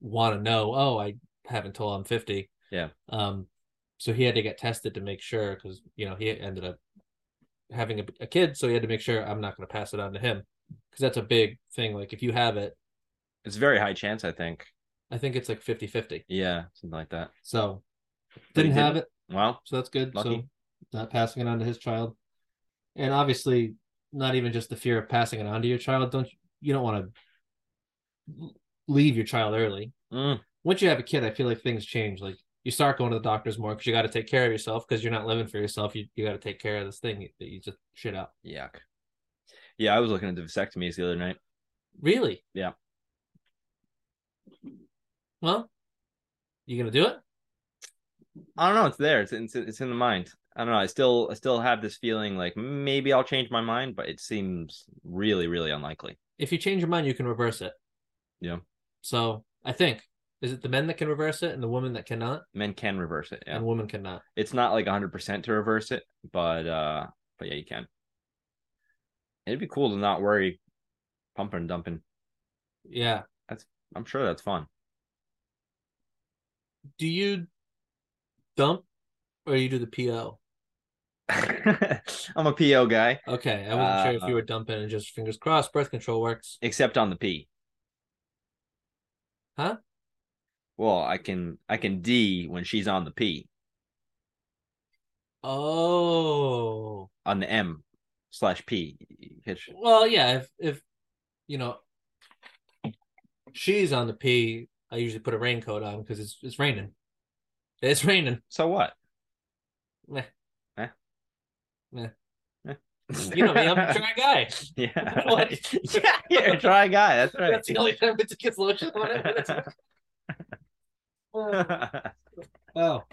Speaker 2: want to know. Oh, I have until I'm 50.
Speaker 3: Yeah.
Speaker 2: Um, so he had to get tested to make sure because you know he ended up having a, a kid, so he had to make sure I'm not going to pass it on to him because that's a big thing. Like if you have it,
Speaker 3: It's a very high chance, I think.
Speaker 2: I think it's like 50 50.
Speaker 3: Yeah, something like that.
Speaker 2: So
Speaker 3: But he
Speaker 2: didn't have it,
Speaker 3: Well,
Speaker 2: so that's good. So
Speaker 3: Lucky.
Speaker 2: not passing it on to his child, and obviously not even just the fear of passing it on to your child. Don't you, you don't want to leave your child early
Speaker 3: mm,
Speaker 2: once you have a kid, I feel like things change. Like you start going to the doctors more because you got to take care of yourself because you're not living for yourself. You you got to take care of this thing that you just shit out.
Speaker 3: yuck. Yeah, I was looking into vasectomies the other night.
Speaker 2: Really?
Speaker 3: Yeah.
Speaker 2: Well, you gonna do it?
Speaker 3: I don't know. It's there. It's in, it's in- it's in the mind. I don't know. I still I still have this feeling like maybe I'll change my mind, but it seems really really unlikely.
Speaker 2: If you change your mind, you can reverse it.
Speaker 3: Yeah.
Speaker 2: So I think is it the men that can reverse it and the women that cannot,
Speaker 3: Men can reverse it. Yeah,
Speaker 2: and women cannot.
Speaker 3: it's not like 100 percent to reverse it, but uh, but yeah, you can. It'd be cool to not worry, pumping and dumping.
Speaker 2: Yeah.
Speaker 3: I'm sure that's fun.
Speaker 2: Do you dump or you do the PO?
Speaker 3: I'm a PO guy,
Speaker 2: Okay, I wasn't sure if
Speaker 3: Uh,
Speaker 2: you were dumping and just fingers crossed. Birth control works.
Speaker 3: except on the P.
Speaker 2: Huh?
Speaker 3: Well, I can I can D when she's on the P
Speaker 2: Oh.
Speaker 3: on the M slash P. You catch-
Speaker 2: Well, yeah, if if you know she's on the P, I usually put a raincoat on because it's it's raining. It's raining.
Speaker 3: So what?
Speaker 2: Meh.
Speaker 3: Meh.
Speaker 2: Meh.
Speaker 3: Meh.
Speaker 2: You know me, I'm a dry guy.
Speaker 3: Yeah.
Speaker 2: What?
Speaker 3: yeah, you're a dry guy. That's right.
Speaker 2: That's the only time it gets lotion on it. Oh,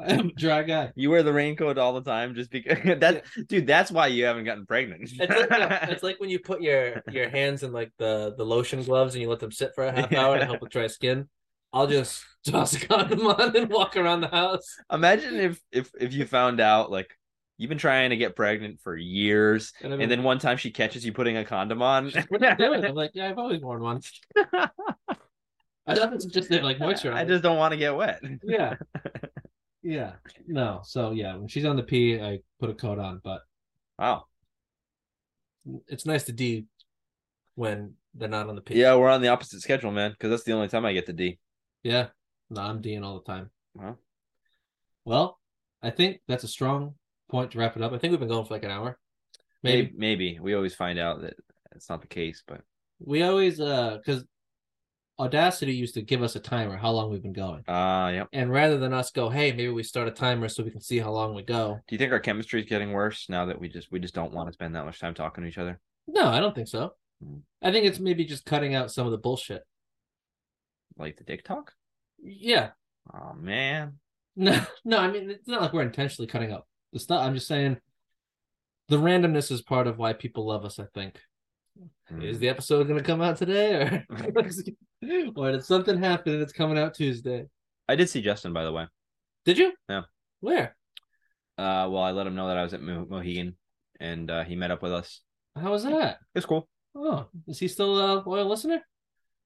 Speaker 2: I'm a dry guy.
Speaker 3: you wear the raincoat all the time just because that dude, that's why you haven't gotten pregnant.
Speaker 2: It's like, it's like when you put your your hands in like the the lotion gloves and you let them sit for a half hour to help with dry skin. I'll just toss a condom on and walk around the house.
Speaker 3: Imagine if if if you found out like you've been trying to get pregnant for years
Speaker 2: And, I'm
Speaker 3: and then one time she catches you putting a condom on.
Speaker 2: what are you doing? I'm like, yeah, I've always worn one. I thought this was just to, like moisturize.
Speaker 3: I just don't want to get wet.
Speaker 2: yeah, yeah, no. So yeah, when she's on the pee, I put a coat on, but
Speaker 3: Wow.
Speaker 2: it's nice to D when they're not on the pee.
Speaker 3: Yeah, we're on the opposite schedule, man, because that's the only time I get to D.
Speaker 2: yeah. No, I'm D'ing all the time.
Speaker 3: Wow.
Speaker 2: Well, I think that's a strong point to wrap it up. I think we've been going for like an hour. Maybe
Speaker 3: Maybe maybe. We always find out that it's not the case, but
Speaker 2: we always uh because Audacity used to give us a timer how long we've been going.
Speaker 3: ah, yeah.
Speaker 2: And rather than us go, hey, maybe we start a timer so we can see how long we go.
Speaker 3: Do you think our chemistry is getting worse now that we just we just don't want to spend that much time talking to each other?
Speaker 2: No, I don't think so.
Speaker 3: Hmm.
Speaker 2: I think it's maybe just cutting out some of the bullshit.
Speaker 3: Like the dick talk?
Speaker 2: Yeah.
Speaker 3: Oh man.
Speaker 2: No, no, I mean it's not like we're intentionally cutting out the stuff. I'm just saying the randomness is part of why people love us, I think.
Speaker 3: Hmm.
Speaker 2: Is the episode gonna come out today or or did something happen and it's coming out Tuesday?
Speaker 3: I did see Justin by the way.
Speaker 2: Did you?
Speaker 3: Yeah.
Speaker 2: Where?
Speaker 3: Uh well I let him know that I was at Mo- Mohegan and uh, he met up with us.
Speaker 2: How was that?
Speaker 3: It's cool.
Speaker 2: Oh, is he still a loyal listener?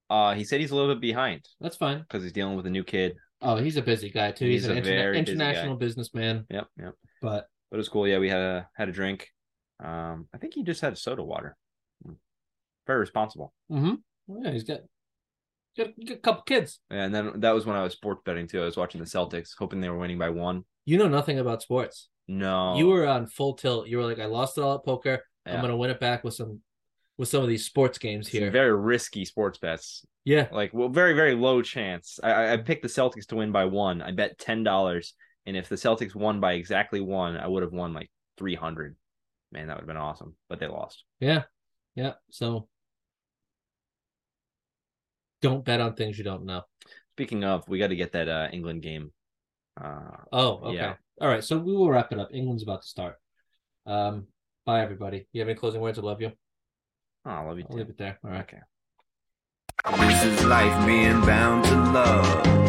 Speaker 3: Uh he said he's a little bit behind
Speaker 2: That's fine.
Speaker 3: because he's dealing with a new kid.
Speaker 2: Oh, he's a busy guy too. He's,
Speaker 3: He's
Speaker 2: an
Speaker 3: a
Speaker 2: interna-
Speaker 3: very busy guy.
Speaker 2: international businessman,
Speaker 3: Yep, yep.
Speaker 2: but
Speaker 3: But it's cool. Yeah, we had a had a drink. Um I think he just had soda water. Hmm. Very responsible.
Speaker 2: hmm yeah, he's got, got, got a couple kids.
Speaker 3: And then that was when I was sports betting too. I was watching the Celtics, hoping they were winning by one.
Speaker 2: You know nothing about sports.
Speaker 3: No.
Speaker 2: You were on full tilt. You were like, I lost it all at poker. I'm
Speaker 3: Um, Yeah.
Speaker 2: gonna win it back with some with some of these sports games
Speaker 3: Some
Speaker 2: here.
Speaker 3: very risky sports bets.
Speaker 2: yeah.
Speaker 3: like well very very low chance I- i i picked the celtics to win by one i bet ten dollars and if the celtics won by exactly one i would have won like 300 man that would have been awesome but they lost
Speaker 2: Yeah. Yeah. So don't bet on things you don't know.
Speaker 3: speaking of we got to get that uh england game uh
Speaker 2: Oh, okay.
Speaker 3: Yeah.
Speaker 2: All right. So we will wrap it up. England's about to start. Um, bye everybody. You have any closing words? I love you.
Speaker 3: oh, i love you
Speaker 2: I'll
Speaker 3: too
Speaker 2: leave it there. All right.
Speaker 3: okay
Speaker 1: This is life being bound to love.